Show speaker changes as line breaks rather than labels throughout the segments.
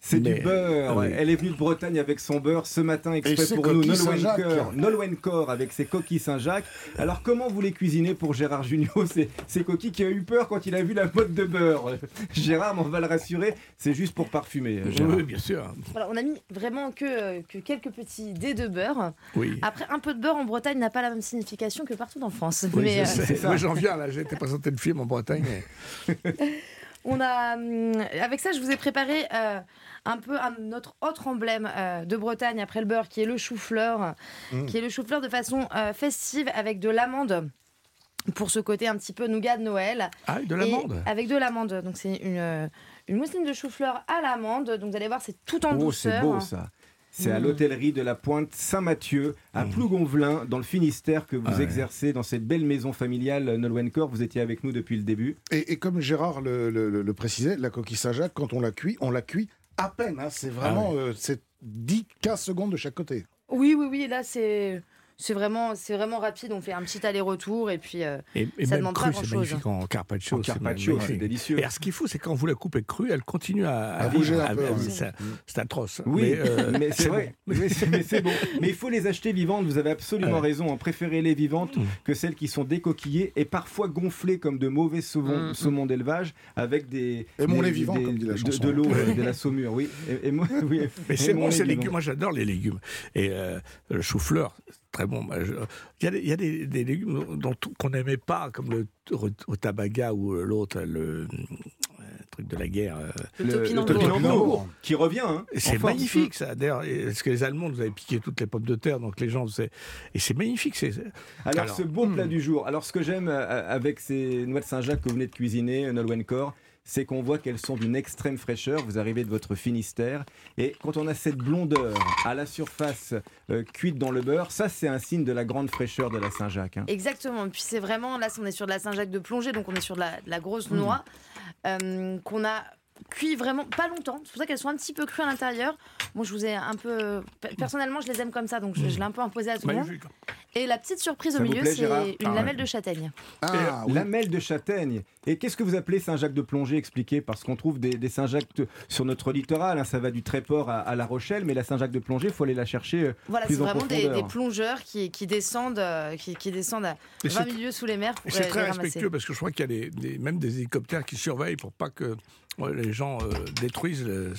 C'est
Mais-
du beurre.
Ah oui.
Elle est venue de Bretagne avec son beurre ce matin
Et
exprès
ses
pour nous.
coquilles
Nolwenn
Saint-Jacques.
Cœur- Nolwenn Cor avec ses coquilles Saint-Jacques. Alors comment vous les cuisinez pour Gérard Junior ces, ces coquilles qui a eu peur quand il a vu la mode de beurre Gérard, on va le rassurer, c'est juste pour parfumer. euh, Gérard.
Oui, bien sûr.
Voilà, on a mis vraiment que, euh, que quelques petits dés de beurre.
Oui.
Après, un peu de beurre en Bretagne n'a pas la même signification que partout en France.
Oui,
Mais
je
euh,
sais.
c'est ça.
Moi, j'en viens là. J'ai été présenté le film en Bretagne.
on a, hum, avec ça, je vous ai préparé euh, un peu un, notre autre emblème euh, de Bretagne après le beurre, qui est le chou-fleur,
Mmh.
Mm.
qui est le chou-fleur de façon euh, festive avec de l'amande pour ce côté un petit peu nougat de Noël.
Ah, et de
Et
l'amande.
Avec de l'amande. Donc c'est une, euh, une mousseline de chou-fleur à l'amande. Donc vous allez voir, c'est tout en
Oh, c'est
douceur. hein.
beau ça. C'est à
Mm.
l'hôtellerie de la Pointe Saint-Mathieu, à Plougonvelin, dans le Finistère, que vous
Ah ouais.
exercez dans cette belle maison familiale euh, Nolwenn Cor. Vous étiez avec nous depuis le début.
Et, et comme Gérard le, le- le- le précisait, la coquille Saint-Jacques, quand on la cuit, on la cuit à peine. hein. C'est vraiment euh, c'est 10-15 secondes de chaque côté.
Oui, oui, oui. Là, c'est c'est vraiment, c'est vraiment rapide. On fait un petit aller-retour et puis. euh,
Et, et
Ça
même
demande pas
cru, c'est
grand-chose. hein.
magnifique en carpaccio.
En
c'est
carpaccio, c'est
magnifique.
délicieux.
Et alors, ce qu'il faut, c'est quand vous la coupez crue, elle continue à,
À bouger un peu,
à-
ouais.
ça- C'est atroce.
Oui, mais,
Mm. Mais, euh,
c'est
bon.
vrai. Mais c'est- mais c'est bon. Mais il faut les acheter vivantes. Vous avez absolument
Ouais.
raison. En préférer les vivantes
Mm.
que celles qui sont décoquillées et parfois gonflées comme de mauvais
Mm,
saumons, saumons d'élevage avec des.
Aimons-les
des-
vivants,
des-
comme dit la
de-
chanson.
De, l'eau, euh, de la saumure, oui. Et- et moi- oui,
Mais c'est bon,
aimons-les
ces
vivants.
légumes. Moi, j'adore les légumes. Et euh, le chou-fleur, c'est très bon. Moi, je- Il y a des, il y a des- des légumes dont- qu'on n'aimait pas, comme le au tabaga ou l'autre, le euh, truc de la guerre. euh,
Le topinambour.
topinambour, qui revient. hein,
Et
en
c'est
force.
magnifique ça. D'ailleurs, et- parce que les Allemands nous avaient piqué toutes les pommes de terre, donc les gens, c'est et c'est magnifique. C'est
Alors,
Alors,
ce beau plat
hmm.
du jour. Alors ce que j'aime euh, avec ces noix de Saint-Jacques que vous venez de cuisiner, euh, Nolwenn Cor, c'est qu'on voit qu'elles sont d'une extrême fraîcheur. Vous arrivez de votre Finistère et quand on a cette blondeur à la surface euh, cuite dans le beurre, ça c'est un signe de la grande fraîcheur de la Saint-Jacques. hein.
Exactement. Et puis c'est vraiment là, on est sur de la Saint-Jacques de plongée, donc on est sur de la, de la grosse
Hmm.
noix euh, qu'on a cuit vraiment pas longtemps. C'est pour ça qu'elles sont un petit peu crues à l'intérieur. Moi, je vous ai un peu. pe- Personnellement, je les aime comme ça, donc je, je l'ai un peu imposé à tout le monde.
magnifique.
Et la petite surprise
Hmm. Bah, Ça
au
vous
milieu,
plaît,
c'est
Gérard
une
Ah ouais.
lamelle de châtaigne.
Ah, oui.
Lamelle de châtaigne. Et qu'est-ce que vous appelez Saint-Jacques de plongée Expliquez, parce qu'on trouve des, des Saint-Jacques t- sur notre littoral. hein. ça va du Tréport à, à La Rochelle, mais la Saint-Jacques de plongée, il faut aller la chercher. euh,
Voilà,
Plus
c'est
en
vraiment des,
profondeur.
des plongeurs qui, qui descendent, euh, qui, qui descendent à
Et
20
c'est-
milieux sous les mers pour
Et c'est
les-
très
les ramasser.
respectueux parce que je crois qu'il y a des- des- même des hélicoptères qui surveillent pour pas que ouais, les gens euh, détruisent le-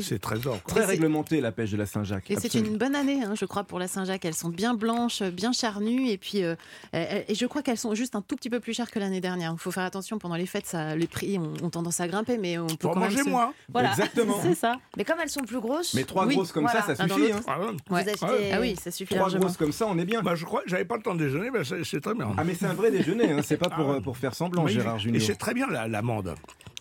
ces trésors. quoi.
Très
c'est-
réglementée la pêche de la Saint-Jacques.
Et c'est
Absolument.
une bonne année, hein, je crois, pour la Saint-Jacques. Elles sont bien blanches, euh, bien charnues, et puis euh, euh, et je crois qu'elles sont juste un tout petit peu plus chères que l'année dernière. Il faut faire attention pendant les fêtes, ça, les prix ont, ont tendance à grimper, mais on peut
Pour
quand même
manger
se-
moins.
Voilà.
Exactement.
c'est ça.
Mais comme elles sont plus grosses,
Mais trois
Oui,
grosses comme
voilà,
ça, ça
un dans
suffit.
l'autre.
hein.
Ah ouais.
vous
Ouais.
achetez.
Ah oui, ça suffit
Trois
largement.
grosses comme ça, on est bien.
Bah, je crois, j'avais pas le temps de déjeuner, mais c'est c'est très bien.
Ah mais c'est un vrai déjeuner, hein, c'est pas pour,
Ah.
euh, pour faire semblant,
Magnifique.
Gérard
Et
Junior.
c'est très bien la- l'amande.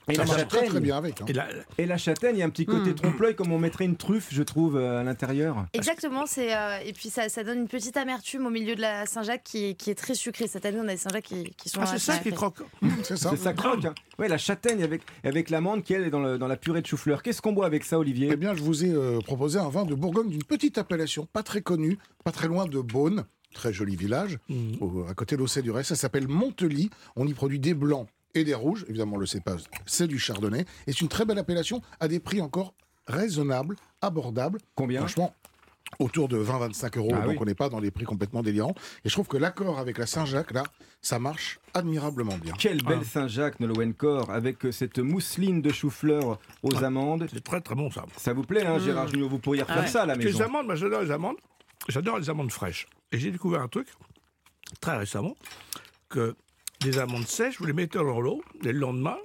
Et,
Ça
la
marche très,
châtaigne,
très bien avec. hein.
Et la- ah,
et la châtaigne, il y a un petit côté
Mm.
trompe-l'œil comme on mettrait une truffe, je trouve, euh, à l'intérieur.
Exactement, c'est euh, et puis ça, ça donne une petite amertume au milieu de la Saint-Jacques qui, qui est très sucrée. Cette année, on a des Saint-Jacques qui, qui sont.
Ah, c'est ça
assez
qui
sucrés.
croque.
C'est ça.
C'est ça croque. Hein. Ouais, la châtaigne avec, avec l'amande qui elle est dans, le- dans la purée de chou-fleur. Qu'est-ce qu'on boit avec ça, Olivier
Eh bien, je vous ai euh, proposé un vin de Bourgogne d'une petite appellation, pas très connue, pas très loin de Beaune, très joli village,
Mmh.
au- à côté d'Ossé du Reste. Ça s'appelle Montely. On y produit des blancs et des rouges. Évidemment, le cépage, c'est du chardonnay. Et c'est une très belle appellation à des prix encore raisonnables, abordables.
Combien
Franchement, autour de 20-25 euros.
Ah
donc,
oui.
on n'est pas dans des prix complètement délirants. Et je trouve que l'accord avec la Saint-Jacques, là, ça marche admirablement bien.
Quelle belle
Ah.
Saint-Jacques, Nolwenn Cor, avec euh, cette mousseline de chou-fleur aux amandes.
C'est très très bon ça.
Ça vous plaît, hein, Gérard Junior Vous pourriez refaire
ouais.
ça à la
Parce que les
maison.
amandes, moi j'adore les amandes. J'adore les amandes fraîches. Et j'ai découvert un truc très récemment que les amandes sèches, vous les mettez dans l'eau et le lendemain,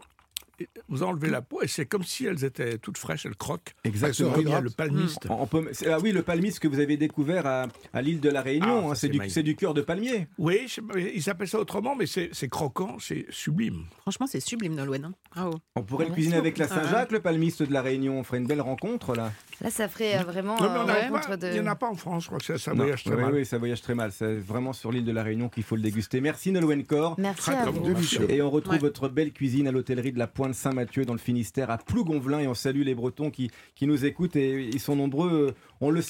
et vous enlevez la peau et c'est comme si elles étaient toutes fraîches, elles croquent.
Exactement.
Comme il y a le palmiste.
En- en pomme- c'est- Ah oui, le palmiste que vous avez découvert à, à l'île de la Réunion,
Ah,
hein,
ça,
c'est
c'est
du,
magnifique.
c'est du cœur de palmier.
Oui, je sais pas, mais ils appellent ça autrement, mais c'est c'est croquant, c'est sublime.
Franchement, c'est sublime, Nolwenn. hein. Bravo.
On pourrait le
Merci
cuisiner avec la
beaucoup.
Saint-Jacques, le palmiste de la Réunion. On ferait une belle rencontre là.
Là, ça ferait euh, vraiment.
Non, mais on
euh,
n'arrive
ouais,
pas-
contre de-
Il n'y en a pas en France, je crois que ça, ça
Non,
voyage très
oui,
mal.
oui, ça voyage très mal. C'est vraiment sur l'île de la Réunion qu'il faut le déguster. Merci Nolwenn Cor.
Merci
Très,
à
très
vous.
bon.
Délicieux.
Et on retrouve
Ouais.
votre belle cuisine à l'hôtellerie de la Pointe Saint-Mathieu dans le Finistère à Plougonvelin. Et on salue les Bretons qui, qui nous écoutent et ils sont nombreux. On le sait.